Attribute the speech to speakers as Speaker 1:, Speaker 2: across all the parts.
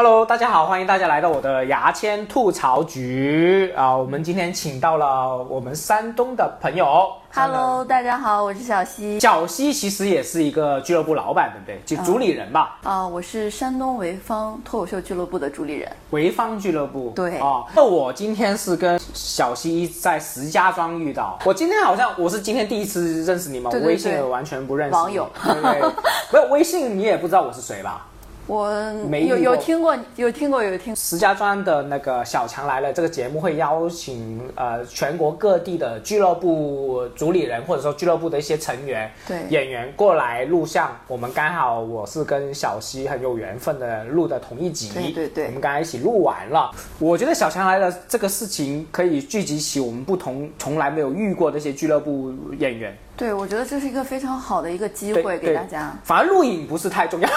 Speaker 1: Hello，大家好，欢迎大家来到我的牙签吐槽局啊、我们今天请到了我们山东的朋友。
Speaker 2: Hello，大家好，我是小溪。
Speaker 1: 小西其实也是一个俱乐部老板，对不对？
Speaker 2: 嗯
Speaker 1: 就主理人吧，
Speaker 2: 啊、我是山东潍坊脱口秀俱乐部的主理人。
Speaker 1: 潍坊俱乐部。
Speaker 2: 对
Speaker 1: 啊，那我今天是跟小西在石家庄遇到。我今天好像我是今天第一次认识你们，
Speaker 2: 对对
Speaker 1: 我微信
Speaker 2: 对
Speaker 1: 也完全不认识你
Speaker 2: 网友
Speaker 1: 对对，没有微信你也不知道我是谁吧？
Speaker 2: 我
Speaker 1: 没遇
Speaker 2: 有有
Speaker 1: 过
Speaker 2: 听过，有听过，有听过。
Speaker 1: 石家庄的那个小强来了这个节目会邀请呃全国各地的俱乐部主理人或者说俱乐部的一些成员、
Speaker 2: 对
Speaker 1: 演员过来录像。我们刚好我是跟小西很有缘分的录的同一集，
Speaker 2: 对对对
Speaker 1: 我们刚才一起录完了。我觉得小强来了这个事情可以聚集起我们不同从来没有遇过的一些俱乐部演员，
Speaker 2: 对，我觉得这是一个非常好的一个机
Speaker 1: 对
Speaker 2: 会给
Speaker 1: 对
Speaker 2: 大家，
Speaker 1: 反而录影不是太重要，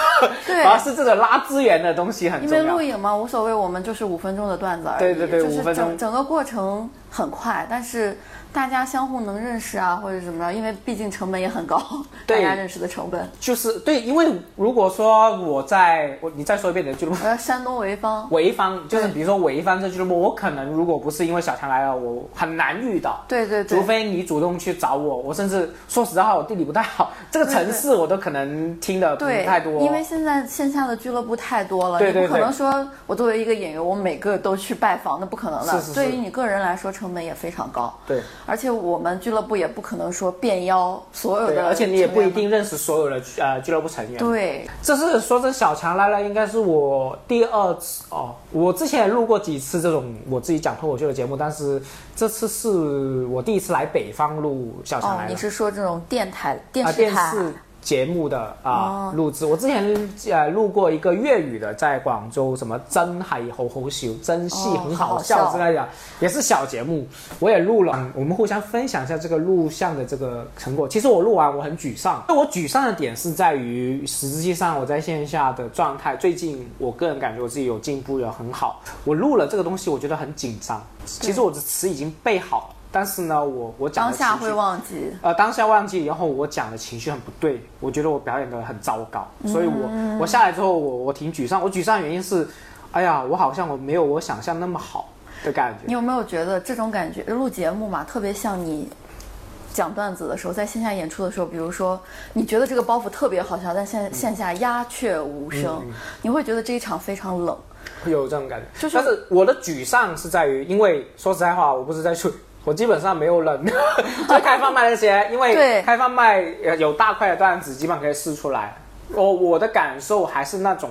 Speaker 2: 对
Speaker 1: 反而是这种拉资源的东西很
Speaker 2: 因
Speaker 1: 重要。
Speaker 2: 为录影嘛，无所谓，我们就是五分钟的段子而已。
Speaker 1: 对对对
Speaker 2: 就是
Speaker 1: 5分钟
Speaker 2: 整整个过程很快，但是大家相互能认识啊，或者怎么着，因为毕竟成本也很高， 大
Speaker 1: 对
Speaker 2: 家认识的成本。
Speaker 1: 就是对，因为如果说我在我你再说一遍你的俱乐部，
Speaker 2: 我要呃山东潍坊，
Speaker 1: 潍坊就是
Speaker 2: 对
Speaker 1: 比如说潍坊这俱乐部，我可能如果不是因为小强来了，我很难遇到。
Speaker 2: 对对对
Speaker 1: 除非你主动去找我，我甚至说实话，我地理不太好，这个城市我都可能听的不
Speaker 2: 对，
Speaker 1: 太多。
Speaker 2: 因为现在线下的俱乐部太多了，
Speaker 1: 对对
Speaker 2: 你不可
Speaker 1: 对
Speaker 2: 能说我作为一个演员，我每个都去拜访，那不可能的。
Speaker 1: 是是是
Speaker 2: 对于你个人来说，成本也非常高。
Speaker 1: 对
Speaker 2: 而且我们俱乐部也不可能说变邀所有
Speaker 1: 对，
Speaker 2: 的，
Speaker 1: 而且你也不一。定认识所有的呃俱乐部成员。
Speaker 2: 对，
Speaker 1: 这是说这小强来了，应该是我第二次哦。我之前也录过几次这种我自己讲脱口秀的节目，但是这次是我第一次来北方录小强
Speaker 2: 哦
Speaker 1: 来，了。
Speaker 2: 你是说这种电台、电
Speaker 1: 啊
Speaker 2: 视
Speaker 1: 电
Speaker 2: 台？哦
Speaker 1: 视节目的啊、录制。我之前呃录过一个粤语的，在广州什么真系好好笑，真戏
Speaker 2: 哦
Speaker 1: 很
Speaker 2: 好
Speaker 1: 好
Speaker 2: 好
Speaker 1: 笑
Speaker 2: 笑
Speaker 1: 之类的，也是小节目，我也录了。我们互相分享一下这个录像的这个成果。其实我录完我很沮丧，那我沮丧的点是在于，实际上我在线下的状态，最近我个人感觉我自己有进步，有很好。我录了这个东西，我觉得很紧张。其实我的词已经背好了，但是呢，我我讲
Speaker 2: 当
Speaker 1: 的
Speaker 2: 下
Speaker 1: 情绪
Speaker 2: 会忘记。
Speaker 1: 呃，当下忘记以后，我讲的情绪很不对，我觉得我表演的很糟糕，所以
Speaker 2: 嗯
Speaker 1: 我我下来之后，我我挺沮丧。我沮丧原因是，哎呀，我好像我没有我想象那么好的感觉
Speaker 2: 你。有没有觉得这种感觉？录节目嘛，特别像你讲段子的时候，在线下演出的时候，比如说你觉得这个包袱特别好笑，但
Speaker 1: 嗯
Speaker 2: 线线下鸦雀无声，你会觉得这一场非常冷。
Speaker 1: 会有这种感觉。
Speaker 2: 就是
Speaker 1: 但是我的沮丧是在于，因为说实在话，我不是在去，我基本上没有冷， 在开放麦那些，因为
Speaker 2: 对
Speaker 1: 开放麦呃有大块的段子，基本上可以试出来。我我的感受还是那种。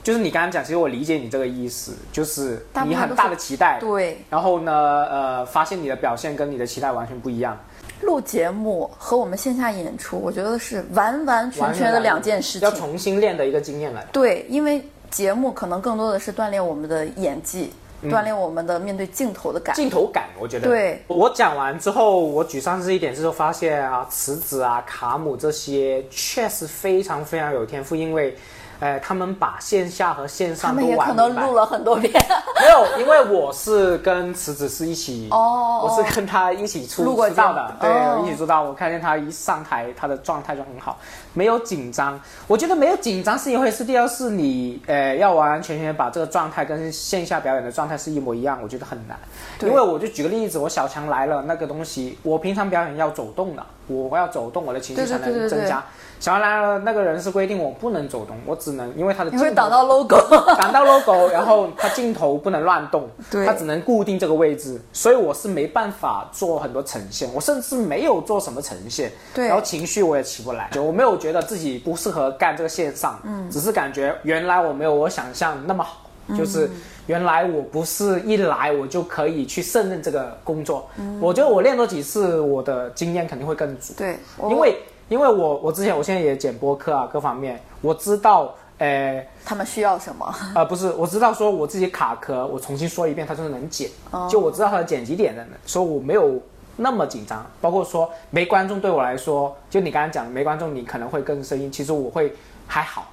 Speaker 1: 就是你刚刚讲，其实我理解你这个意思，就是
Speaker 2: 大部
Speaker 1: 你
Speaker 2: 分
Speaker 1: 很
Speaker 2: 都是
Speaker 1: 大的期待，
Speaker 2: 对，
Speaker 1: 然后呢，呃，发现你的表现跟你的期待完全不一样，
Speaker 2: 录节目和我们线下演出，我觉得是完完全全的两件事
Speaker 1: 要
Speaker 2: 情。
Speaker 1: 重新练的一个经验来。
Speaker 2: 对，因为节目可能更多的是锻炼我们的演技，
Speaker 1: 嗯
Speaker 2: 锻炼我们的面对镜头的感。
Speaker 1: 镜头感，我觉得。
Speaker 2: 对，
Speaker 1: 我讲完之后，我沮丧是一点，就是发现啊，池子啊、卡姆这些确实非常非常有天赋，因为，呃，他们把线下和线
Speaker 2: 他
Speaker 1: 上
Speaker 2: 们
Speaker 1: 都
Speaker 2: 也
Speaker 1: 玩
Speaker 2: 可
Speaker 1: 明
Speaker 2: 能
Speaker 1: 白
Speaker 2: 录了很多 遍，
Speaker 1: 没有，因为我是跟池子是一起，
Speaker 2: 哦
Speaker 1: 我是跟他一起出
Speaker 2: 录过
Speaker 1: 出道的，对，
Speaker 2: 节目哦
Speaker 1: 一起出道。我看见他一上台，他的状态就很好，没有紧张。我觉得没有紧张是一回事，第二是你呃要完完全全把这个状态跟线下表演的状态是一模一样，我觉得很难。因为我就举个例子，我小强来了那个东西，我平常表演要走动的，我要走动，我的情绪
Speaker 2: 对对
Speaker 1: 才能
Speaker 2: 对对对
Speaker 1: 增加。小强来了那个人是规定我不能走动，我只能因为他的
Speaker 2: 你会
Speaker 1: 镜头
Speaker 2: 挡到 logo。
Speaker 1: 挡到 logo，然 后它镜头不能乱动，
Speaker 2: 对
Speaker 1: 它只能固定这个位置，所以我是没办法做很多呈现，我甚至没有做什么呈现，
Speaker 2: 对
Speaker 1: 然后情绪我也起不来，就我没有觉得自己不适合干这个线上，嗯，只是感觉原来我没有我想象那么好，
Speaker 2: 嗯
Speaker 1: 就是原来我不是一来我就可以去胜任这个工作，我觉得我练多几次，我的经验肯定会更足，
Speaker 2: 嗯对，我
Speaker 1: 因为因为我我之前我现在也剪播客啊各方面，我知道，呃。
Speaker 2: 他们需要什么？
Speaker 1: 呃，不是，我知道说我自己卡壳，我重新说一遍，它就是能剪，
Speaker 2: 哦
Speaker 1: 就我知道它的剪辑点在哪，所以我没有那么紧张。包括说没观众对我来说，就你刚刚讲的没观众，你可能会更生硬，其实我会还好，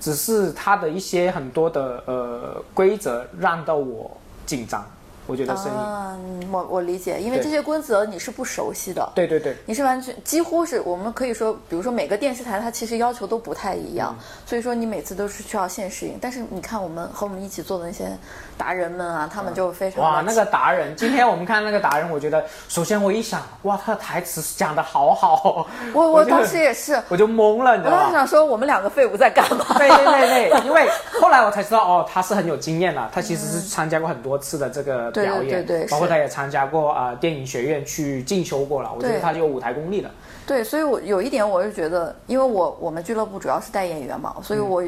Speaker 1: 只是它的一些很多的呃规则让到我紧张。我觉得声音。
Speaker 2: 嗯，我我理解，因为
Speaker 1: 对
Speaker 2: 这些规则你是不熟悉的，
Speaker 1: 对对对，
Speaker 2: 你是完全几乎是我们可以说，比如说每个电视台它其实要求都不太
Speaker 1: 嗯
Speaker 2: 一样，所以说你每次都是需要现适应。但是你看我们和我们一起做的那些达人们啊，他们就非常
Speaker 1: 嗯
Speaker 2: 地
Speaker 1: 哇，那个达人，今天我们看那个达人，我觉得首先我一想，哇，他的台词讲得好好，
Speaker 2: 我我
Speaker 1: 就
Speaker 2: 当时也是，
Speaker 1: 我就懵了，你知
Speaker 2: 我
Speaker 1: 道
Speaker 2: 当时
Speaker 1: 吗？
Speaker 2: 想说我们两个废物在干嘛？
Speaker 1: 对对对 对，因为后来我才知道，哦，他是很有经验的，他其实是参加过很多次的这个
Speaker 2: 对对
Speaker 1: 表演，
Speaker 2: 嗯对对
Speaker 1: 包括
Speaker 2: 是
Speaker 1: 他也参加过啊、呃电影学院去进修过了，我觉得
Speaker 2: 对
Speaker 1: 他有舞台功力的。
Speaker 2: 对，所以我有一点我是觉得，因为我我们俱乐部主要是带演员嘛，所以
Speaker 1: 嗯
Speaker 2: 我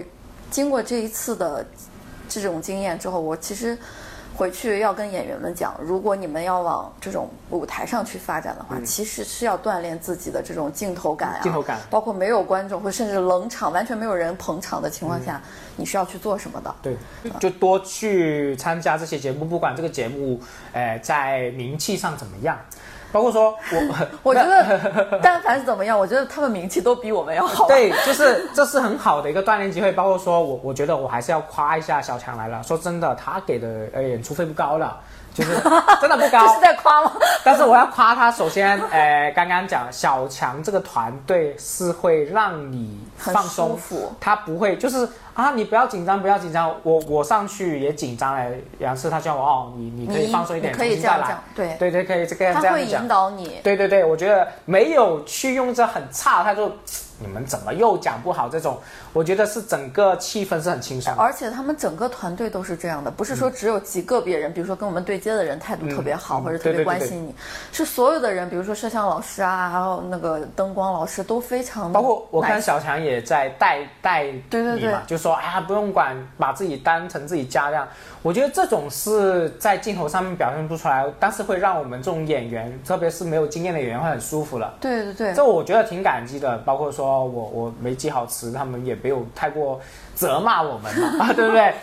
Speaker 2: 经过这一次的这种经验之后，我其实回去要跟演员们讲，如果你们要往这种舞台上去发展的话，其实是要锻炼自己的这种镜头感啊，
Speaker 1: 嗯镜头感
Speaker 2: 包括没有观众或甚至冷场，完全没有人捧场的情况下，你是要去做什么的。
Speaker 1: 嗯对，就多去参加这些节目，不管这个节目，呃，在名气上怎么样，包括说我，
Speaker 2: 我觉得，但凡是怎么样，我觉得他们名气都比我们要好。
Speaker 1: 对，就是这是很好的一个锻炼机会。包括说我，我觉得我还是要夸一下小强来了。说真的，他给的呃演出费不高了，就是真的不
Speaker 2: 这
Speaker 1: 高
Speaker 2: 是。在夸吗？
Speaker 1: 但是我要夸他，首先， 呃，刚刚讲小强这个团队是会让你
Speaker 2: 很
Speaker 1: 放
Speaker 2: 舒
Speaker 1: 松
Speaker 2: 服，
Speaker 1: 他不会就是啊，你不要紧张，不要紧张，我我上去也紧张了，两次他叫我哦，你你可以
Speaker 2: 你
Speaker 1: 放松一点，
Speaker 2: 你可以
Speaker 1: 重新
Speaker 2: 这样
Speaker 1: 再来
Speaker 2: 讲对
Speaker 1: 对对，可以这个
Speaker 2: 他
Speaker 1: 这样
Speaker 2: 会
Speaker 1: 讲
Speaker 2: 引，导你。
Speaker 1: 对对对，我觉得没有去用这很差，他就你们怎么又讲不好这种，我觉得是整个气氛是很轻松的。
Speaker 2: 而且他们整个团队都是这样的，不是说只有极个别人，比如说跟我们对接的人态度特别好、
Speaker 1: 嗯
Speaker 2: 或
Speaker 1: 对
Speaker 2: 者特
Speaker 1: 对
Speaker 2: 别
Speaker 1: 对
Speaker 2: 关
Speaker 1: 对
Speaker 2: 心你，是所有的人，比如说摄像老师啊，还有那个灯光老师都非常地
Speaker 1: 包括我看
Speaker 2: nice
Speaker 1: 小强也在带带你嘛，
Speaker 2: 对对对
Speaker 1: 就说啊不用管，把自己当成自己家这样。我觉得这种是在镜头上面表现不出来，但是会让我们这种演员，特别是没有经验的演员会很舒服了。
Speaker 2: 对对对
Speaker 1: 这我觉得挺感激的，包括说我我没记好词，他们也没有太过责骂我们 嘛，啊，对不对？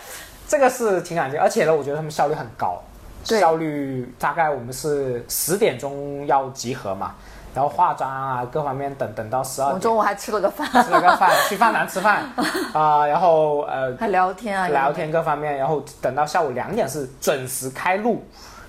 Speaker 1: 这个是挺感激，而且呢，我觉得他们效率很高，
Speaker 2: 对
Speaker 1: 效率大概我们是十点钟要集合嘛，然后化妆啊各方面等等到十
Speaker 2: 我
Speaker 1: 二
Speaker 2: 们
Speaker 1: 点
Speaker 2: 中午还吃了个 饭，
Speaker 1: 吃了个饭，去饭堂吃饭啊、然后呃
Speaker 2: 还聊天啊，
Speaker 1: 聊
Speaker 2: 也
Speaker 1: 天各方面，然后等到下午两点是准时开录，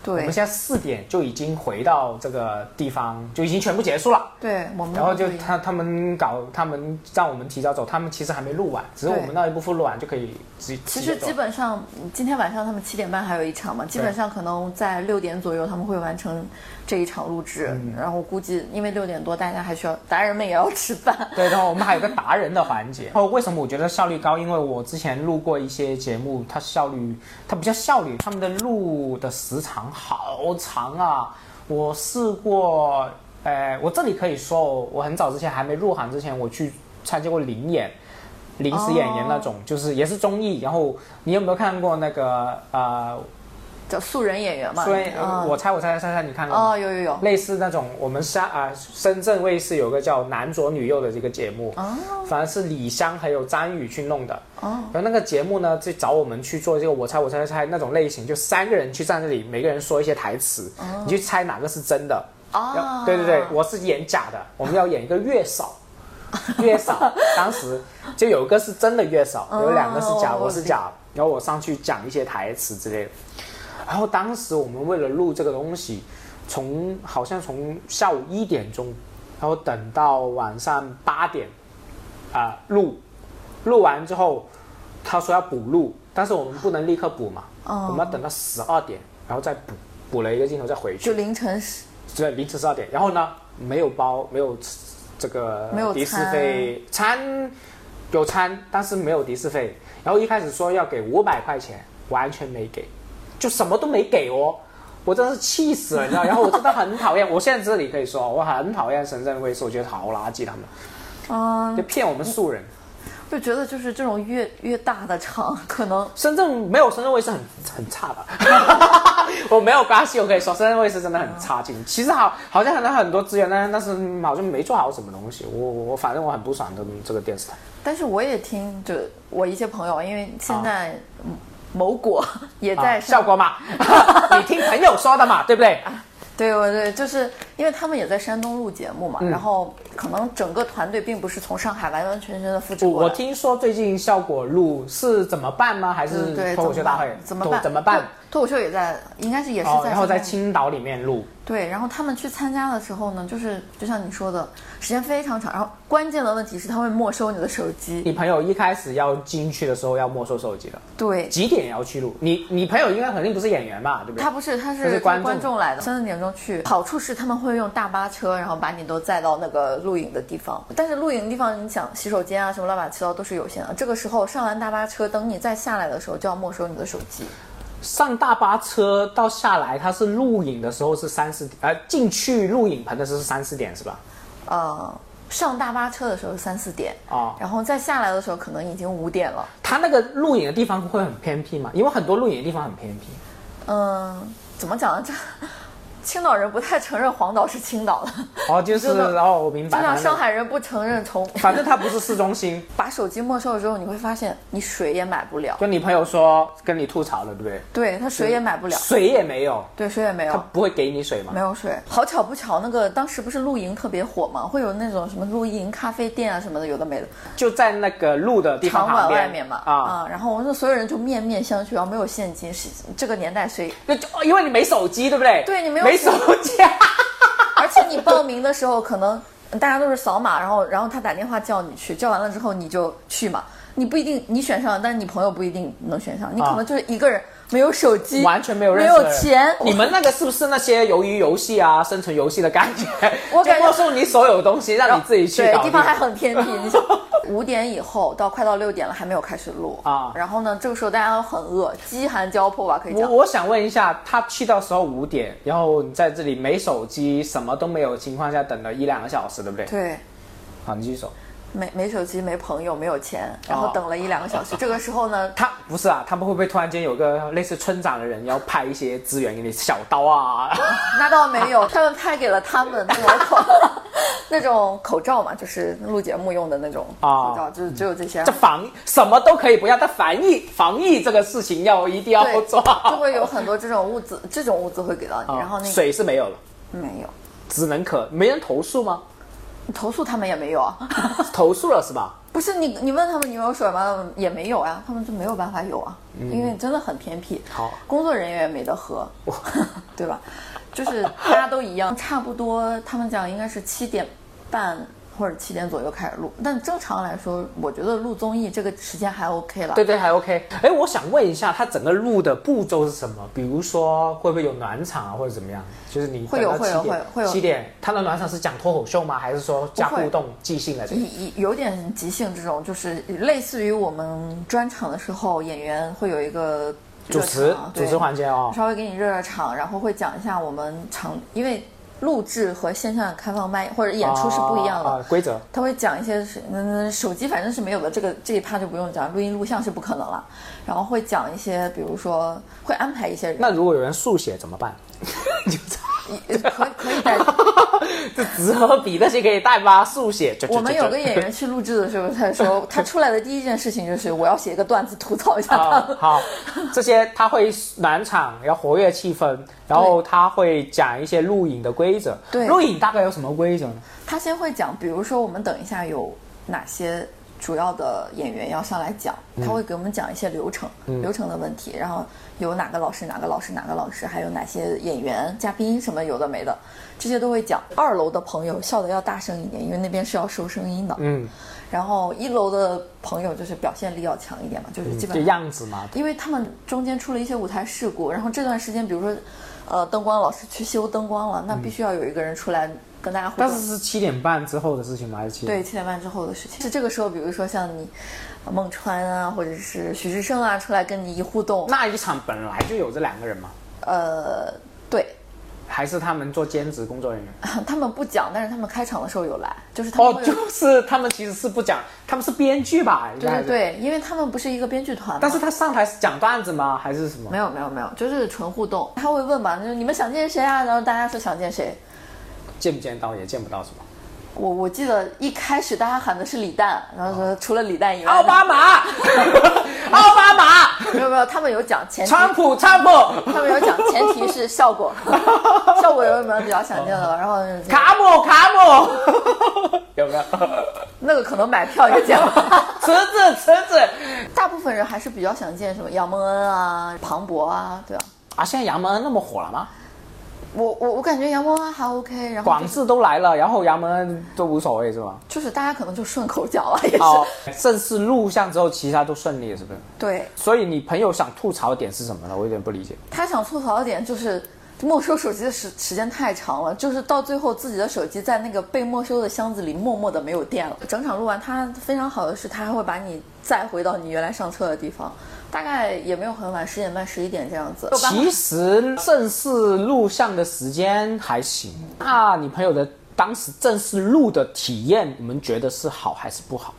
Speaker 1: 我
Speaker 2: 对
Speaker 1: 们现在四点就已经回到这个地方，就已经全部结束了。
Speaker 2: 哦对，我们
Speaker 1: 然后就
Speaker 2: 不一样
Speaker 1: 他他们搞，他们让我们提早走，他们其实还没录完，只是
Speaker 2: 对
Speaker 1: 我们那一部分录完就可以直
Speaker 2: 其
Speaker 1: 直接
Speaker 2: 实
Speaker 1: 走
Speaker 2: 基。本上嗯今天晚上他们七点半还有一场嘛，基本上可能在六点左右他们会完成这一场录制，
Speaker 1: 嗯
Speaker 2: 然后估计因为六点多大家还需要达人们也要吃饭，
Speaker 1: 对，然后我们还有个达人的环节。然哦后为什么我觉得效率高？因为我之前录过一些节目，它效率它不叫效率，他们的录的时长好长啊。我试过，呃，我这里可以说哦，我很早之前还没入行之前，我去参加过灵演。临时演员那种就是也是综艺，然后你有没有看过那个呃，
Speaker 2: 叫素人演员嘛，
Speaker 1: 所以、
Speaker 2: 嗯
Speaker 1: 我猜我猜猜猜，你看了吗？
Speaker 2: 哦，有有有，
Speaker 1: 类似那种我们山啊、深圳卫视有个叫《男左女右》的这个节目，反正是李湘还有张宇去弄的。
Speaker 2: 哦，
Speaker 1: 然后那个节目呢，就找我们去做这个我猜我猜猜那种类型，就三个人去站这里，每个人说一些台词，你去猜哪个是真的。然
Speaker 2: 啊
Speaker 1: 后，对对对，我是演假 的，我们要演一个月嫂。月嫂，当时就有一个是真的月嫂，有两个是假，
Speaker 2: 哦
Speaker 1: 我是假，然后我上去讲一些台词之类的。然后当时我们为了录这个东西，从好像从下午一点钟，然后等到晚上八点，啊、录，录完之后，他说要补录，但是我们不能立刻补嘛，
Speaker 2: 哦
Speaker 1: 我们要等到十二点，然后再补，补了一个镜头再回去
Speaker 2: 就。凌晨十，
Speaker 1: 对，凌晨十二点。然后呢，没有包，没有吃这个
Speaker 2: 没有
Speaker 1: 的士
Speaker 2: 餐
Speaker 1: 费，餐有餐，但是没有的士费。然后一开始说要给五百块钱，完全没给，就什么都没给哦。我真是气死了，你知 道？然后我真的很讨厌，我现在这里可以说，我很讨厌深圳卫视，我觉得好垃圾，他们
Speaker 2: 嗯，
Speaker 1: 就骗我们素人。
Speaker 2: 就觉得就是这种越越大的场， 可能
Speaker 1: 深圳没有深圳卫视很很差的， 我没有关系，我可以说深圳卫视真的很差劲。其实好好像很很多资源，但但是好像没做好什么东西。我我我反正我很不爽的这个电视台。
Speaker 2: 但是我也听，就我一些朋友，因为现在嗯某果也在
Speaker 1: 啊
Speaker 2: 上，
Speaker 1: 效
Speaker 2: 啊
Speaker 1: 果嘛，你听朋友说的嘛，对不对？
Speaker 2: 对，我对，就是因因为他们也在山东录节目
Speaker 1: 嗯
Speaker 2: 嘛，然后可能整个团队并不是从上海完完全全的复制
Speaker 1: 我
Speaker 2: 过
Speaker 1: 我
Speaker 2: 来。
Speaker 1: 听说最近效果录是怎么办吗？还
Speaker 2: 对
Speaker 1: 是
Speaker 2: 嗯对，
Speaker 1: 嗯脱口秀大会
Speaker 2: 怎么
Speaker 1: 都
Speaker 2: 办？
Speaker 1: 怎么办？？
Speaker 2: 脱口秀也在，应该是也是
Speaker 1: 哦，
Speaker 2: 在，
Speaker 1: 然后在青岛里面录，
Speaker 2: 对，然后他们去参加的时候呢，就是就像你说的，时间非常长，然后关键的问题是他会没收你的手机。
Speaker 1: 你朋友一开始要进去的时候要没收手机的，
Speaker 2: 对，
Speaker 1: 几点要去录？你你朋友应该肯定不是演员吧？对不对
Speaker 2: 他？不是，他是
Speaker 1: 他是观众
Speaker 2: 观众来的，三四点钟去。好处是他们会用大巴车，然后把你都载到那个录影的地方。但是录影的地方，你想洗手间啊什么乱七八糟都是有限的。啊这个时候上完大巴车，等你再下来的时候，就要没收你的手机。
Speaker 1: 上大巴车到下来，他是录影的时候是三四，呃，进去录影棚的时候是三四点是吧？
Speaker 2: 呃，上大巴车的时候是三四点，
Speaker 1: 哦，
Speaker 2: 然后再下来的时候可能已经五点了。
Speaker 1: 他那个录影的地方会很偏僻嘛？因为很多录影的地方很偏僻。
Speaker 2: 嗯，怎么讲呢？ 这青岛人不太承认黄岛是青岛的，嗯
Speaker 1: 哦， 就是，
Speaker 2: 真的
Speaker 1: 哦，我明
Speaker 2: 就
Speaker 1: 白。
Speaker 2: 像
Speaker 1: 反
Speaker 2: 上
Speaker 1: 正
Speaker 2: 海人不承认从
Speaker 1: 反正它不是市中心。
Speaker 2: 把手机没收了之后，你会发现你水也买不了，
Speaker 1: 就你朋友说跟你吐槽了，对不对？
Speaker 2: 对他水也买不了，
Speaker 1: 水也没有，
Speaker 2: 对水也没
Speaker 1: 他
Speaker 2: 有。
Speaker 1: 不会给你水嘛
Speaker 2: 没？有水，好巧不巧，那个当时不是露营特别火嘛，会有那种什么露营咖啡店啊什么的，有的没的，
Speaker 1: 就在那个路的地方
Speaker 2: 场
Speaker 1: 旁
Speaker 2: 馆
Speaker 1: 边
Speaker 2: 外面嘛，
Speaker 1: 啊，
Speaker 2: 然后我们所有人就面面相觑，然后没有现金，是这个年代谁？
Speaker 1: 那就哦因为你没手机，对不对？
Speaker 2: 对你没有
Speaker 1: 手机，啊
Speaker 2: 而且你报名的时候，可能大家都是扫码，然后然后他打电话叫你去，叫完了之后你就去嘛，你不一定你选上了，但是你朋友不一定能选上，你可能就是一个人没有手机，
Speaker 1: 啊完全没有认
Speaker 2: 没
Speaker 1: 识的
Speaker 2: 有
Speaker 1: 人
Speaker 2: 钱，
Speaker 1: 你们那个是不是那些鱿鱼游戏啊、生存游戏的感觉？
Speaker 2: 我感
Speaker 1: 就
Speaker 2: 觉
Speaker 1: 没收你所有东西，让你自己去
Speaker 2: 哦对
Speaker 1: 搞定。
Speaker 2: 地方还很偏僻。你想，五点以后到快到六点了，还没有开始录
Speaker 1: 啊
Speaker 2: 然后呢，这个时候大家都很饿，饥寒交迫吧，可以
Speaker 1: 我
Speaker 2: 讲。
Speaker 1: 我想问一下，他去到时候五点，然后你在这里没手机、什么都没有情况下等了一两个小时，对不对？
Speaker 2: 对，
Speaker 1: 好，你继续说。
Speaker 2: 没没手机，没朋友，没有钱，然
Speaker 1: 哦
Speaker 2: 后等了一两个 小时。这个时候呢，
Speaker 1: 他不是啊，他们会不会突然间有个类似村长的人要派一些资源给你，小刀啊？
Speaker 2: 那倒没有，他们拍给了他们那种口那种口罩嘛，就是录节目用的那种
Speaker 1: 啊
Speaker 2: 口罩，就是只有这些。
Speaker 1: 这防什么都可以不要，但防疫防疫这个事情要一定要
Speaker 2: 对，
Speaker 1: 做 好。
Speaker 2: 就会有很多这种物资，这种物资会给到你，
Speaker 1: 啊
Speaker 2: 然后那个
Speaker 1: 水是没有了，
Speaker 2: 没有，
Speaker 1: 只能可没人投诉吗？
Speaker 2: 投诉他们也没有啊。
Speaker 1: 投诉了是吧？
Speaker 2: 不是你，你问他们你有水吗？也没有啊，他们就没有办法有啊，因为真的很偏僻。
Speaker 1: 好
Speaker 2: 工作人员也没得喝， 对吧？就是大家都一样， 差不多。他们讲应该是七点半或者七点左右开始录，但正常来说，我觉得录综艺这个时间还 OK 了。
Speaker 1: 对对，还 OK。哎，我想问一下，它整个录的步骤是什么？比如说会不会有暖场啊，或者怎么样？就是你
Speaker 2: 会有
Speaker 1: 等到七
Speaker 2: 会有
Speaker 1: 点
Speaker 2: 会有
Speaker 1: 七点，它的暖场是讲脱口秀吗？还是说加
Speaker 2: 不会
Speaker 1: 互动即兴的这种？
Speaker 2: 以以有点即兴这种，就是类似于我们专场的时候，演员会有一个
Speaker 1: 主持
Speaker 2: 热场
Speaker 1: 主
Speaker 2: 对
Speaker 1: 持环节哦，
Speaker 2: 稍微给你热热场，然后会讲一下我们场，因为录制和线下开放麦或者演出是不一样的。
Speaker 1: 啊啊规则。
Speaker 2: 他会讲一些是，嗯，手机反正是没有的，这个这一趴就不用讲，录音录像是不可能了。然后会讲一些，比如说会安排一些人，
Speaker 1: 那如果有人速写怎么办？
Speaker 2: 可以可 以带。
Speaker 1: 这纸和笔那些可以带吗？速写。就
Speaker 2: 我们有个
Speaker 1: 就
Speaker 2: 演。
Speaker 1: 就
Speaker 2: 员去录制的时候，他说他出来的第一件事情就是我要写一个段子吐槽一下他
Speaker 1: 啊
Speaker 2: 们。，
Speaker 1: 好，这些他会暖场，要活跃气氛，然后他会讲一些录影的规则。
Speaker 2: 对
Speaker 1: 录影大概有什么规则呢？
Speaker 2: 他先会讲，比如说我们等一下有哪些主要的演员要上来讲，
Speaker 1: 嗯
Speaker 2: 他会给我们讲一些流程、流程的问题，然后有哪个老师、哪个老师、哪个老师，还有哪些演员、嘉宾什么有的没的，这些都会讲。二楼的朋友笑的要大声一点，因为那边是要收声音的。
Speaker 1: 嗯，
Speaker 2: 然后一楼的朋友就是表现力要强一点嘛，就是基本
Speaker 1: 就
Speaker 2: 上
Speaker 1: 样子嘛，
Speaker 2: 因为他们中间出了一些舞台事故，然后这段时间，比如说，呃，灯光老师去修灯光了，那必须要有一个人出来跟大家互动。
Speaker 1: 但是是七点半之后的事情吗？还是七？
Speaker 2: 对，七点半之后的事情。是这个时候，比如说像你呃孟川啊，或者是许志胜啊，出来跟你一互动，
Speaker 1: 那一场本来就有这两个人嘛，
Speaker 2: 呃，对
Speaker 1: 还是他们做兼职工作人员？
Speaker 2: 他们不讲，但是他们开场的时候有来，就是他们
Speaker 1: 哦，
Speaker 2: 会有、
Speaker 1: 就是他们其实是不讲，他们是编剧吧？应
Speaker 2: 对
Speaker 1: 该
Speaker 2: 对
Speaker 1: 是。
Speaker 2: 对，因为他们不是一个编剧团嘛，
Speaker 1: 但是他上台是讲段子吗？还是什么
Speaker 2: 没？有没有没有，就是纯互动。他会问嘛，就是你们想见谁啊？然后大家说想见谁。
Speaker 1: 见不见到也见不到是吗？
Speaker 2: 我我记得一开始大家喊的是李诞，然后说除了李诞以外，
Speaker 1: 奥巴马， 奥巴马、
Speaker 2: 没有没有，他们有讲前提，
Speaker 1: 川普、川普、
Speaker 2: 他们有讲前提是 效果，效果有没有比较想念的？然后就是
Speaker 1: 卡姆、 卡姆，有没有？
Speaker 2: 那个可能买票也讲，
Speaker 1: 池子、池子。
Speaker 2: 大部分人还是比较想见什么杨蒙恩啊、庞博啊，对吧？
Speaker 1: 啊，现在杨蒙恩那么火了吗？
Speaker 2: 我我我感觉杨蒙恩还 OK，然后
Speaker 1: 广智都来了，然后杨蒙恩都无所谓是吧？
Speaker 2: 就是大家可能就顺口讲了， 也是、
Speaker 1: 哦， 正式录像之后，其他都顺利了，是不是？
Speaker 2: 对。
Speaker 1: 所以你朋友想吐槽的点是什么呢？我有点不理解。
Speaker 2: 他想吐槽的点就是没收手机的时时间太长了，就是到最后自己的手机在那个被没收的箱子里默默的没有电了。整场录完，他非常好的是，他还会把你载回到你原来上车的地方，大概也没有很晚，十点半、十一点这样子。
Speaker 1: 其实正式录像的时间还行。
Speaker 2: 嗯
Speaker 1: 那你朋友的当时正式录的体验，你们觉得是好还是不好？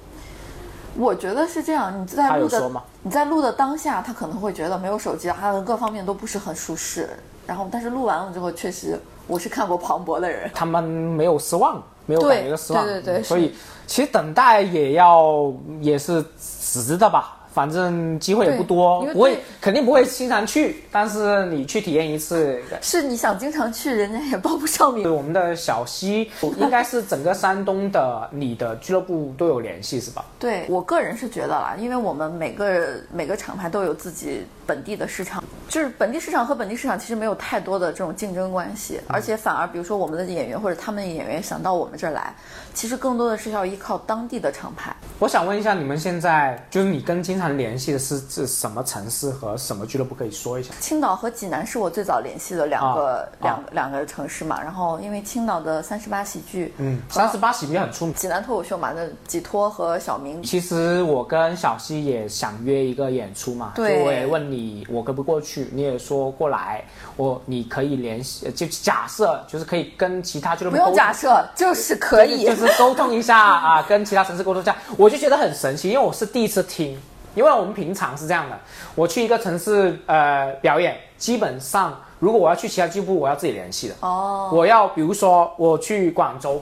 Speaker 2: 我觉得是这样，你在
Speaker 1: 他有
Speaker 2: 录
Speaker 1: 说
Speaker 2: 的
Speaker 1: 吗
Speaker 2: 你在录的当下，他可能会觉得没有手机啊，他的各方面都不是很舒适。然后，但是录完了之后，确实我是看过庞博的人，
Speaker 1: 他们没有失望，没有
Speaker 2: 对
Speaker 1: 感觉到失望。
Speaker 2: 对对
Speaker 1: 嗯
Speaker 2: 对是
Speaker 1: 所以其实等待也要也是值的吧。反正机会也
Speaker 2: 对
Speaker 1: 不多
Speaker 2: 因，为
Speaker 1: 不会
Speaker 2: 对
Speaker 1: 肯定不会经常去，但是你去体验一次，
Speaker 2: 是你想经常去，人家也报不上名
Speaker 1: 对。我们的小西，应该是整个山东的你的俱乐部都有联系是吧？
Speaker 2: 对我个人是觉得啦，因为我们每个每个厂牌都有自己本地的市场，就是本地市场和本地市场其实没有太多的这种竞争关系，
Speaker 1: 嗯
Speaker 2: 而且反而比如说我们的演员或者他们的演员想到我们这儿来，其实更多的是要依靠当地的厂牌。
Speaker 1: 我想问一下，你们现在就是你跟经常联系的是是什么城市和什么俱乐部？可以说一下。
Speaker 2: 青岛和济南是我最早联系的两个、
Speaker 1: 啊
Speaker 2: 两、
Speaker 1: 啊
Speaker 2: 两个城市嘛。然后因为青岛的三十八喜剧，
Speaker 1: 嗯，三十八喜剧很出名。
Speaker 2: 济南脱口秀嘛，那几托和小明，
Speaker 1: 其实我跟小西也想约一个演出嘛，
Speaker 2: 对
Speaker 1: 就我也问你我可不过去，你也说过来，我你可以联系，就假设就是可以跟其他俱乐部
Speaker 2: 不用
Speaker 1: 沟
Speaker 2: 假设，就是可
Speaker 1: 对
Speaker 2: 以。
Speaker 1: 就就是沟通一下啊，跟其他城市沟通一下，我就觉得很神奇，因为我是第一次听，因为我们平常是这样的，我去一个城市呃表演，基本上如果我要去其他俱乐部，我要自己联系的，
Speaker 2: 哦，
Speaker 1: 我要比如说我去广州。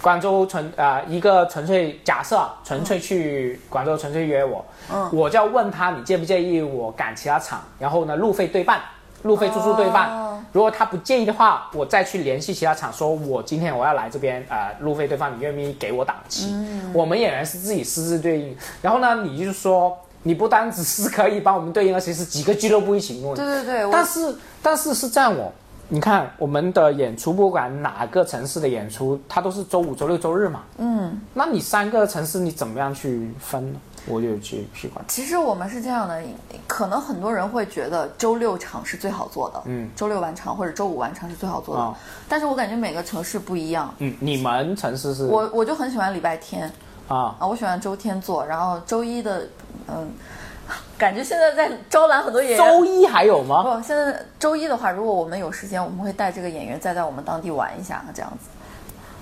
Speaker 1: 广州纯啊、一个纯粹假设啊，纯粹去广州纯粹约我，
Speaker 2: 嗯
Speaker 1: 我就要问他你介不介意我赶其他场，然后呢路费对半，路费住宿对半。
Speaker 2: 哦
Speaker 1: 如果他不介意的话，我再去联系其他场，说我今天我要来这边，呃，路费对方你愿不愿意给我档期？
Speaker 2: 嗯
Speaker 1: 我们演员是自己私自对应，然后呢，你就是说你不单只是可以帮我们对应，而且是几个俱乐部一起弄。
Speaker 2: 对对对，我
Speaker 1: 但是但是是这样哦，你看我们的演出，不管哪个城市的演出，它都是周五、周六、周日嘛。嗯，那你三个城市你怎么样去分呢？我有去去管。
Speaker 2: 其实我们是这样的，可能很多人会觉得周六场是最好做的，
Speaker 1: 嗯，
Speaker 2: 周六晚场或者周五晚场是最好做的，
Speaker 1: 哦
Speaker 2: 但是我感觉每个城市不一样。
Speaker 1: 嗯，你们城市是
Speaker 2: 我我就很喜欢礼拜天
Speaker 1: 啊，
Speaker 2: 啊，我喜欢周天做，然后周一的，嗯，感觉现在在招揽很多演员。
Speaker 1: 周一还有吗？
Speaker 2: 不，哦现在周一的话，如果我们有时间，我们会带这个演员再在我们当地玩一下，这样子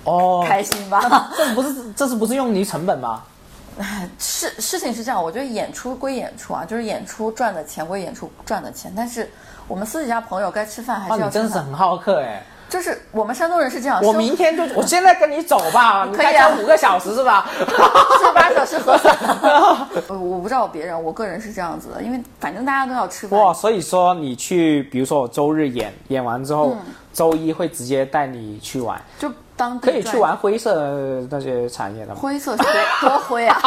Speaker 1: 哦，
Speaker 2: 开心吧。
Speaker 1: 这不是这是不是用你成本吗？
Speaker 2: 事事情是这样，我觉得演出归演出啊，就是演出赚的钱归演出赚的钱，但是我们私底下朋友该吃饭还
Speaker 1: 哇，
Speaker 2: 是要
Speaker 1: 啊你
Speaker 2: 吃
Speaker 1: 真
Speaker 2: 饭。
Speaker 1: 是很好客哎！
Speaker 2: 就是我们山东人是这样，
Speaker 1: 我明天就，我现在跟你走 吧，你
Speaker 2: 可以
Speaker 1: 开
Speaker 2: 啊
Speaker 1: 车五个小时是 吧？
Speaker 2: 四十八小时核酸。我我不知道别人，我个人是这样子的，因为反正大家都要吃饭。
Speaker 1: 哇，所以说你去，比如说我周日演，演完之
Speaker 2: 嗯
Speaker 1: 后，周一会直接带你去玩，
Speaker 2: 就当地
Speaker 1: 可以
Speaker 2: 赚
Speaker 1: 去玩灰色的那些产业的吗？
Speaker 2: 灰色是多多 灰啊，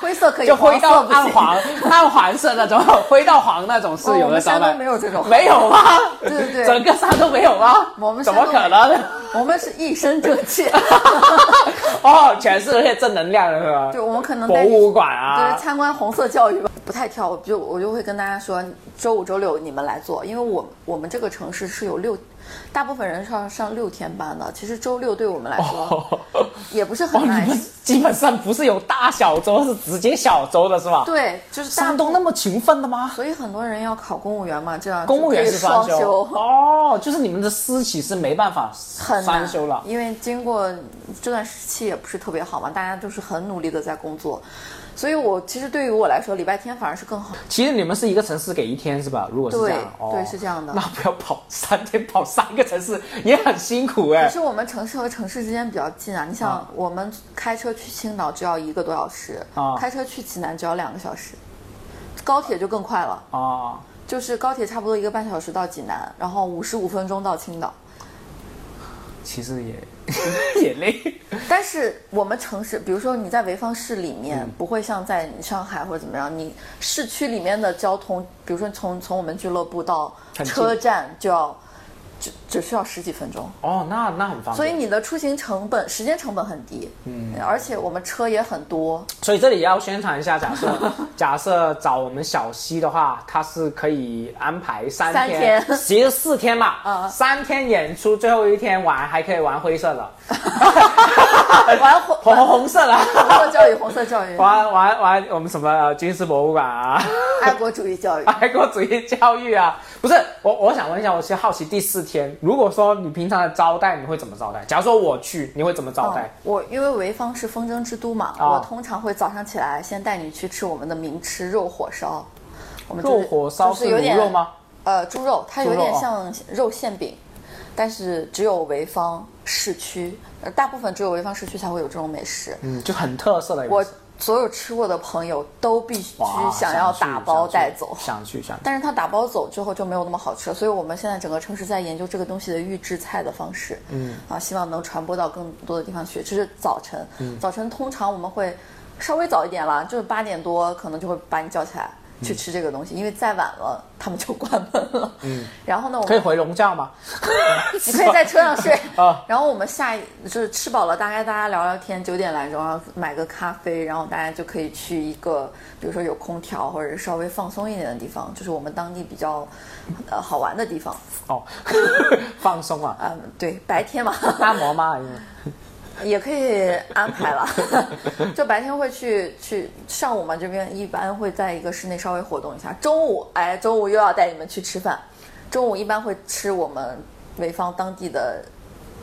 Speaker 2: 灰色可以，
Speaker 1: 就灰到
Speaker 2: 黄色不
Speaker 1: 暗
Speaker 2: 行。
Speaker 1: 黄、 暗黄色那种，灰到黄那种是
Speaker 2: 哦
Speaker 1: 有
Speaker 2: 我
Speaker 1: 的
Speaker 2: 们
Speaker 1: 少
Speaker 2: 山
Speaker 1: 的
Speaker 2: 东，没有这种，
Speaker 1: 没有吗？
Speaker 2: 对对对
Speaker 1: 整个山都没有吗？
Speaker 2: 我们
Speaker 1: 怎
Speaker 2: 山
Speaker 1: 么
Speaker 2: 东
Speaker 1: 可能？
Speaker 2: 我们是一身正 气。
Speaker 1: 哦，全是那些正能量的是吧？
Speaker 2: 对，我们可能
Speaker 1: 博
Speaker 2: 带你
Speaker 1: 物馆
Speaker 2: 对，
Speaker 1: 啊，
Speaker 2: 参观红色教育吧，不太跳，我就我就会跟大家说，周五、周六你们来做，因为我我们这个城市是有六，大部分人是要上六天班的，其实周六对我们来说、也不是
Speaker 1: 哦，
Speaker 2: 很
Speaker 1: 你
Speaker 2: 难。
Speaker 1: 们基本上不是有大小周，是直接小周的是吧？
Speaker 2: 对，就是大
Speaker 1: 山东那么勤奋的吗？
Speaker 2: 所以很多人要考公务员嘛，这样
Speaker 1: 公务员
Speaker 2: 就是可以双
Speaker 1: 双休哦，就是你们的私企是没办法
Speaker 2: 很
Speaker 1: 双
Speaker 2: 难
Speaker 1: 休了。
Speaker 2: 因为经过这段时期也不是特别好嘛，大家都是很努力的在工作，所以我其实对于我来说，礼拜天反而是更好。
Speaker 1: 其实你们是一个城市给一天是吧？如果是这
Speaker 2: 对
Speaker 1: 样，哦、
Speaker 2: 对是这样的
Speaker 1: 那不要跑三天跑三个城市也很辛苦哎、
Speaker 2: 可是我们城市和城市之间比较近啊，你想
Speaker 1: 啊，
Speaker 2: 我们开车去青岛只要一个多小时
Speaker 1: 啊，
Speaker 2: 开车去济南只要两个小时，高铁就更快了，
Speaker 1: 哦，
Speaker 2: 就是高铁差不多一个半小时到济南，然后五十五分钟到青岛。
Speaker 1: 其实也 也累。
Speaker 2: 但是我们城市，比如说你在潍坊市里
Speaker 1: 嗯
Speaker 2: 面，不会像在你上海或者怎么样，你市区里面的交通，比如说从从我们俱乐部到
Speaker 1: 很近
Speaker 2: 车站就要只只需要十几分钟，
Speaker 1: 哦，那那很方便。
Speaker 2: 所以你的出行成本、时间成本很低。嗯，而且我们车也很多，
Speaker 1: 所以这里要宣传一下，假设 假设找我们小西的话，他是可以安排三
Speaker 2: 三
Speaker 1: 天，
Speaker 2: 天
Speaker 1: 其实四天嘛，
Speaker 2: 嗯
Speaker 1: 三天演出，最后一天玩还可以玩灰 色的，啊
Speaker 2: 玩火
Speaker 1: 红红红色的，
Speaker 2: 红色教育、红色教育、
Speaker 1: 玩玩玩我们什么呃军事博物馆啊，
Speaker 2: 爱国主义教育。
Speaker 1: 爱国主义教育啊，不是我我想问一下，我其实好奇第四天，如果说你平常的招待你会怎么招待？假如说我去，你会怎么招待
Speaker 2: 嗯？我因为潍坊是风筝之都嘛，
Speaker 1: 哦
Speaker 2: 我通常会早上起来先带你去吃我们的名吃肉火烧。我们就
Speaker 1: 肉
Speaker 2: 是
Speaker 1: 火烧
Speaker 2: 就是是有
Speaker 1: 卤
Speaker 2: 点
Speaker 1: 肉吗？
Speaker 2: 呃，猪肉，它有
Speaker 1: 猪肉
Speaker 2: 点
Speaker 1: 哦
Speaker 2: 像肉馅饼，但是只有潍坊市区，呃，大部分只有潍坊市区才会有这种美食。
Speaker 1: 嗯，就很特色的一个。
Speaker 2: 我所有吃过的朋友都必须
Speaker 1: 哇
Speaker 2: 想要
Speaker 1: 去
Speaker 2: 打包
Speaker 1: 想去
Speaker 2: 带走，
Speaker 1: 想去想去。
Speaker 2: 但是它打包走之后就没有那么好吃了，所以我们现在整个城市在研究这个东西的预制菜的方式，嗯，啊，希望能传播到更多的地方去。这是早晨，早晨通常我们会稍微早一点啦，就是八点多可能就会把你叫起来去吃这个东西，因为再晚了他们就关门了。嗯，然后呢，我
Speaker 1: 可以
Speaker 2: 们
Speaker 1: 回笼觉吗？
Speaker 2: 你可以在车上睡
Speaker 1: 啊。
Speaker 2: 然后我们下一就是吃饱了，大概大家聊聊天，九点来钟，然后买个咖啡，然后大家就可以去一个，比如说有空调或者是稍微放松一点的地方，就是我们当地比较呃好玩的地方。
Speaker 1: 哦， 放松啊，
Speaker 2: 嗯，对，白天嘛
Speaker 1: 按摩吗？
Speaker 2: 也可以安排了，就白天会去去上午嘛，这边一般会在一个室内稍微活动一下。中午哎，中午又要带你们去吃饭，中午一般会吃我们潍坊当地的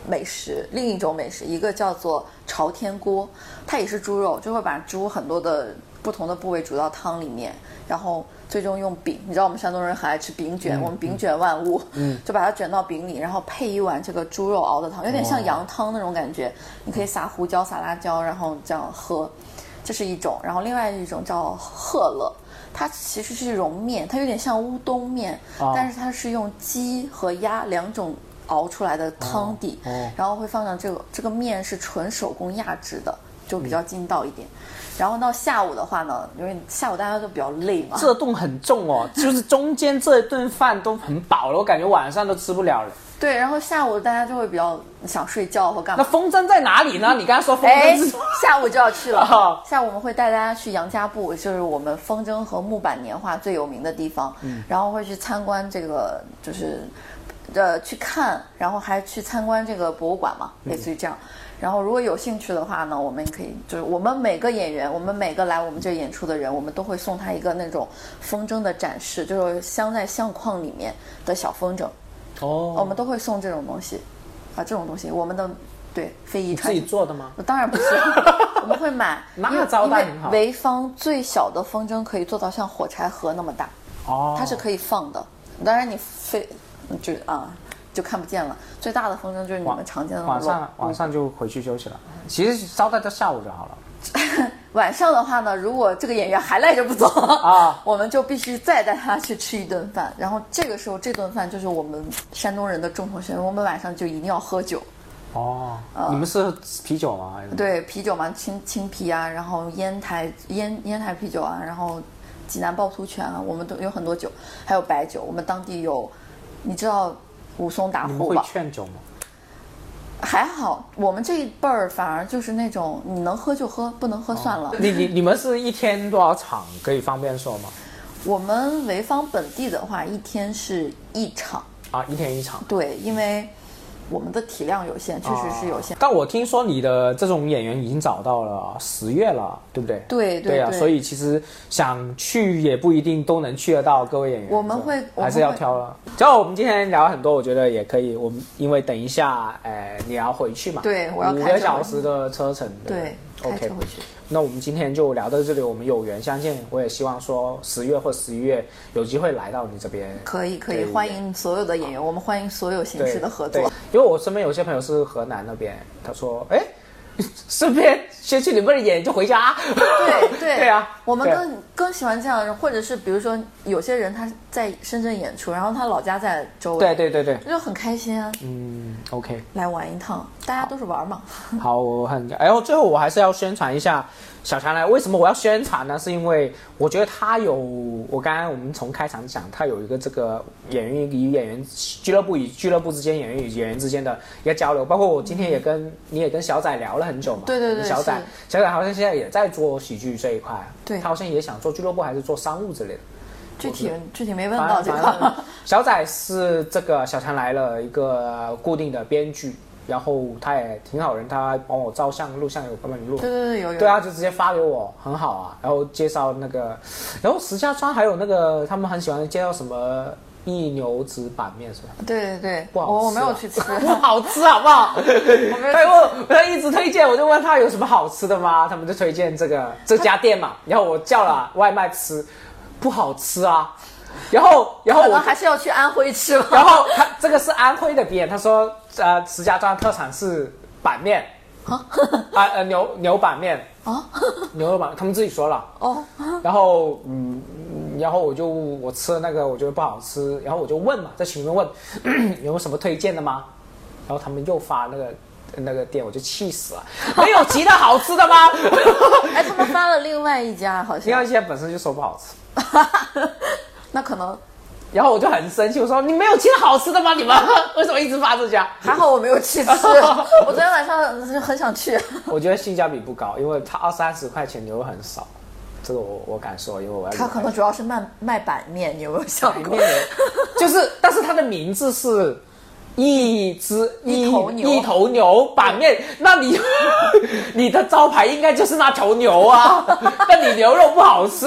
Speaker 2: 美食，另一种美食，一个叫做朝天锅，它也是猪肉，就会把猪很多的不同的部位煮到汤里面，然后最终用饼，你知道我们山东人很爱吃饼卷，我们饼卷万物，嗯，就把它卷到饼里，然后配一碗这个猪肉熬的汤，有点像羊汤那种感觉，你可以撒胡椒、撒辣椒，然后这样喝，这是一种，然后另外一种叫鹤勒。它其实是一种面，它有点像乌冬面，
Speaker 1: 哦
Speaker 2: 但是它是用鸡和鸭两种熬出来的汤底，
Speaker 1: 哦哦
Speaker 2: 然后会放上这个这个面是纯手工压制的，就比较劲道一点。然后到下午的话呢，因为下午大家都比较累嘛，
Speaker 1: 这顿很重哦，就是中间这顿饭都很饱了，我感觉晚上都吃不了了。
Speaker 2: 对，然后下午大家就会比较想睡觉或干
Speaker 1: 那
Speaker 2: 嘛。
Speaker 1: 风筝在哪里呢？你刚才说风
Speaker 2: 哎
Speaker 1: 筝是，
Speaker 2: 下午就要去了。
Speaker 1: 哦
Speaker 2: 下午我们会带大家去杨家埠，就是我们风筝和木板年画最有名的地方。
Speaker 1: 嗯
Speaker 2: 然后会去参观这个，就是呃去看，然后还去参观这个博物馆嘛，类
Speaker 1: 嗯
Speaker 2: 似于这样。然后如果有兴趣的话呢，我们可以就是我们每个演员，我们每个来我们这演出的人，我们都会送他一个那种风筝的展示，就是镶在相框里面的小风筝。我
Speaker 1: 哦，
Speaker 2: 们都会送这种东西，啊，这种东西，我们的对非遗
Speaker 1: 自
Speaker 2: 传
Speaker 1: 己。做的吗？
Speaker 2: 我当 然不是，我们会买。
Speaker 1: 那
Speaker 2: 因为
Speaker 1: 招待
Speaker 2: 因为
Speaker 1: 很好
Speaker 2: 潍坊最小的风筝可以做到像火柴盒那么大，
Speaker 1: 哦，
Speaker 2: 它是可以放的。当然你非就啊就看不见了。最大的风筝就是你们常见的那
Speaker 1: 晚
Speaker 2: 种
Speaker 1: 上晚上就回去休息了。其实招待到下午就好了。
Speaker 2: 晚上的话呢，如果这个演员还赖着不走
Speaker 1: 啊，
Speaker 2: 我们就必须再带他去吃一顿饭。然后这个时候这顿饭就是我们山东人的重头戏，我们晚上就一定要喝酒。
Speaker 1: 哦，你们是啤酒吗？还是？
Speaker 2: 啊对，啤酒嘛，青青啤啊，然后烟台烟烟台啤酒啊，然后济南趵突泉啊，我们都有很多酒，还有白酒。我们当地有，你知道武松打
Speaker 1: 你们
Speaker 2: 虎
Speaker 1: 会
Speaker 2: 吧？
Speaker 1: 劝酒吗？
Speaker 2: 还好，我们这一辈儿反而就是那种你能喝就喝，不
Speaker 1: 哦
Speaker 2: 能喝算了。
Speaker 1: 你你你们是一天多少场？可以方便说吗？
Speaker 2: 我们潍坊本地的话，一天是一场，
Speaker 1: 啊，一天一场。
Speaker 2: 对，因为我们的体量有限，确实是有限。
Speaker 1: 哦但我听说你的这种演员已经找到了十月了，对不对？
Speaker 2: 对对
Speaker 1: 对啊，
Speaker 2: 对
Speaker 1: 所以其实想去也不一定都能去得到各位演员。
Speaker 2: 我们会
Speaker 1: 是吧
Speaker 2: 我们
Speaker 1: 还是要
Speaker 2: 会
Speaker 1: 挑了。只要我们今天聊了很多，我觉得也可以。我们因为等一下，呃，你要回去嘛？
Speaker 2: 对我要
Speaker 1: 五
Speaker 2: 开车
Speaker 1: 个小时的车程。
Speaker 2: 对，
Speaker 1: o
Speaker 2: 开
Speaker 1: k
Speaker 2: 车回去。
Speaker 1: 那我们今天就聊到这里，我们有缘相见。我也希望说十月或十一月有机会来到你这边。
Speaker 2: 可以可以，
Speaker 1: 对
Speaker 2: 欢迎所有的演员，我们欢迎所有形
Speaker 1: 对
Speaker 2: 式的合
Speaker 1: 对
Speaker 2: 作。
Speaker 1: 因为我身边有些朋友是河南那边，他说，哎， 顺便先去你们演就回家。
Speaker 2: 对对
Speaker 1: 对啊
Speaker 2: 我们
Speaker 1: 对
Speaker 2: 更更喜欢这样的人，或者是比如说有些人他在深圳演出，然后他老家在周围，
Speaker 1: 对对对对，
Speaker 2: 那就很开心啊，
Speaker 1: 嗯，OK。哦
Speaker 2: 来玩一趟，大家都是玩嘛。
Speaker 1: 好，我很哎呦，最后我还是要宣传一下小强来。为什么我要宣传呢？是因为我觉得他有，我刚刚我们从开场讲，他有一个这个演员与演员俱乐部与俱乐部之间，演员与演员之间的一个交流。包括我今天也跟、你也跟小仔聊了很久嘛，
Speaker 2: 对对对
Speaker 1: 小仔
Speaker 2: 是
Speaker 1: 小仔好像现在也在做喜剧这一块，
Speaker 2: 对
Speaker 1: 他好像也想做俱乐部还是做商务之类的。
Speaker 2: 具体具体没问
Speaker 1: 反
Speaker 2: 到
Speaker 1: 正
Speaker 2: 这
Speaker 1: 反正
Speaker 2: 个，
Speaker 1: 小仔是这个《小强来了》一个固定的编剧，然后他也挺好人，他帮我照相、录像，有帮忙录。
Speaker 2: 对对对，有有。
Speaker 1: 对啊，就直接发给我，很好啊。然后介绍那个，然后石家庄还有那个他们很喜欢介绍什么一牛子板面是吧？
Speaker 2: 对对对，
Speaker 1: 不好吃啊
Speaker 2: 哦我我没有去 吃，
Speaker 1: 不好吃好不好？
Speaker 2: 我没有
Speaker 1: 他问他一直推荐，我就问他有什么好吃的吗？他们就推荐这个这家店嘛。然后我叫了外卖吃，不好吃啊。然后然后
Speaker 2: 可
Speaker 1: 我
Speaker 2: 能还是要去安徽吃 吧。
Speaker 1: 然后他这个是安徽的边，他说呃石家庄特产是板面，啊呃牛牛板面
Speaker 2: 啊，
Speaker 1: 牛肉板，他们自己说了。
Speaker 2: 哦，
Speaker 1: 然后嗯，然后我就我吃了那个，我觉得不好吃，然后我就问嘛，在群里面问 有没有什么推荐的吗？然后他们又发那个那个店，我就气死了，没有其他好吃的吗？
Speaker 2: 哎，他们发了另外一家，好
Speaker 1: 另外
Speaker 2: 像
Speaker 1: 一，些本身就说不好吃，
Speaker 2: 那可能
Speaker 1: 然后我就很生气，我说你没有其他好吃的吗？你们 为什么一直发这家？
Speaker 2: 还好我没有 去吃，我昨天晚上很想去。
Speaker 1: 我觉得性价比不高，因为它二三十块钱牛肉很少，这个我我敢说，因为我要
Speaker 2: 他可能主要是卖卖板面，你有没有想
Speaker 1: 里
Speaker 2: 过
Speaker 1: 面？有，就是但是它的名字是一只
Speaker 2: 一头牛
Speaker 1: 一头牛板面，那你 你的招牌应该就是那头牛 啊，但你牛肉不好吃，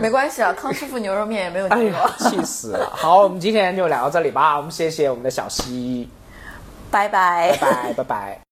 Speaker 2: 没关系啊，康师傅牛肉面也没有
Speaker 1: 哎
Speaker 2: 牛肉。
Speaker 1: 呀，气死了！好，我们今天就聊到这里吧，我们谢谢我们的小西，
Speaker 2: 拜拜。
Speaker 1: 拜拜拜拜。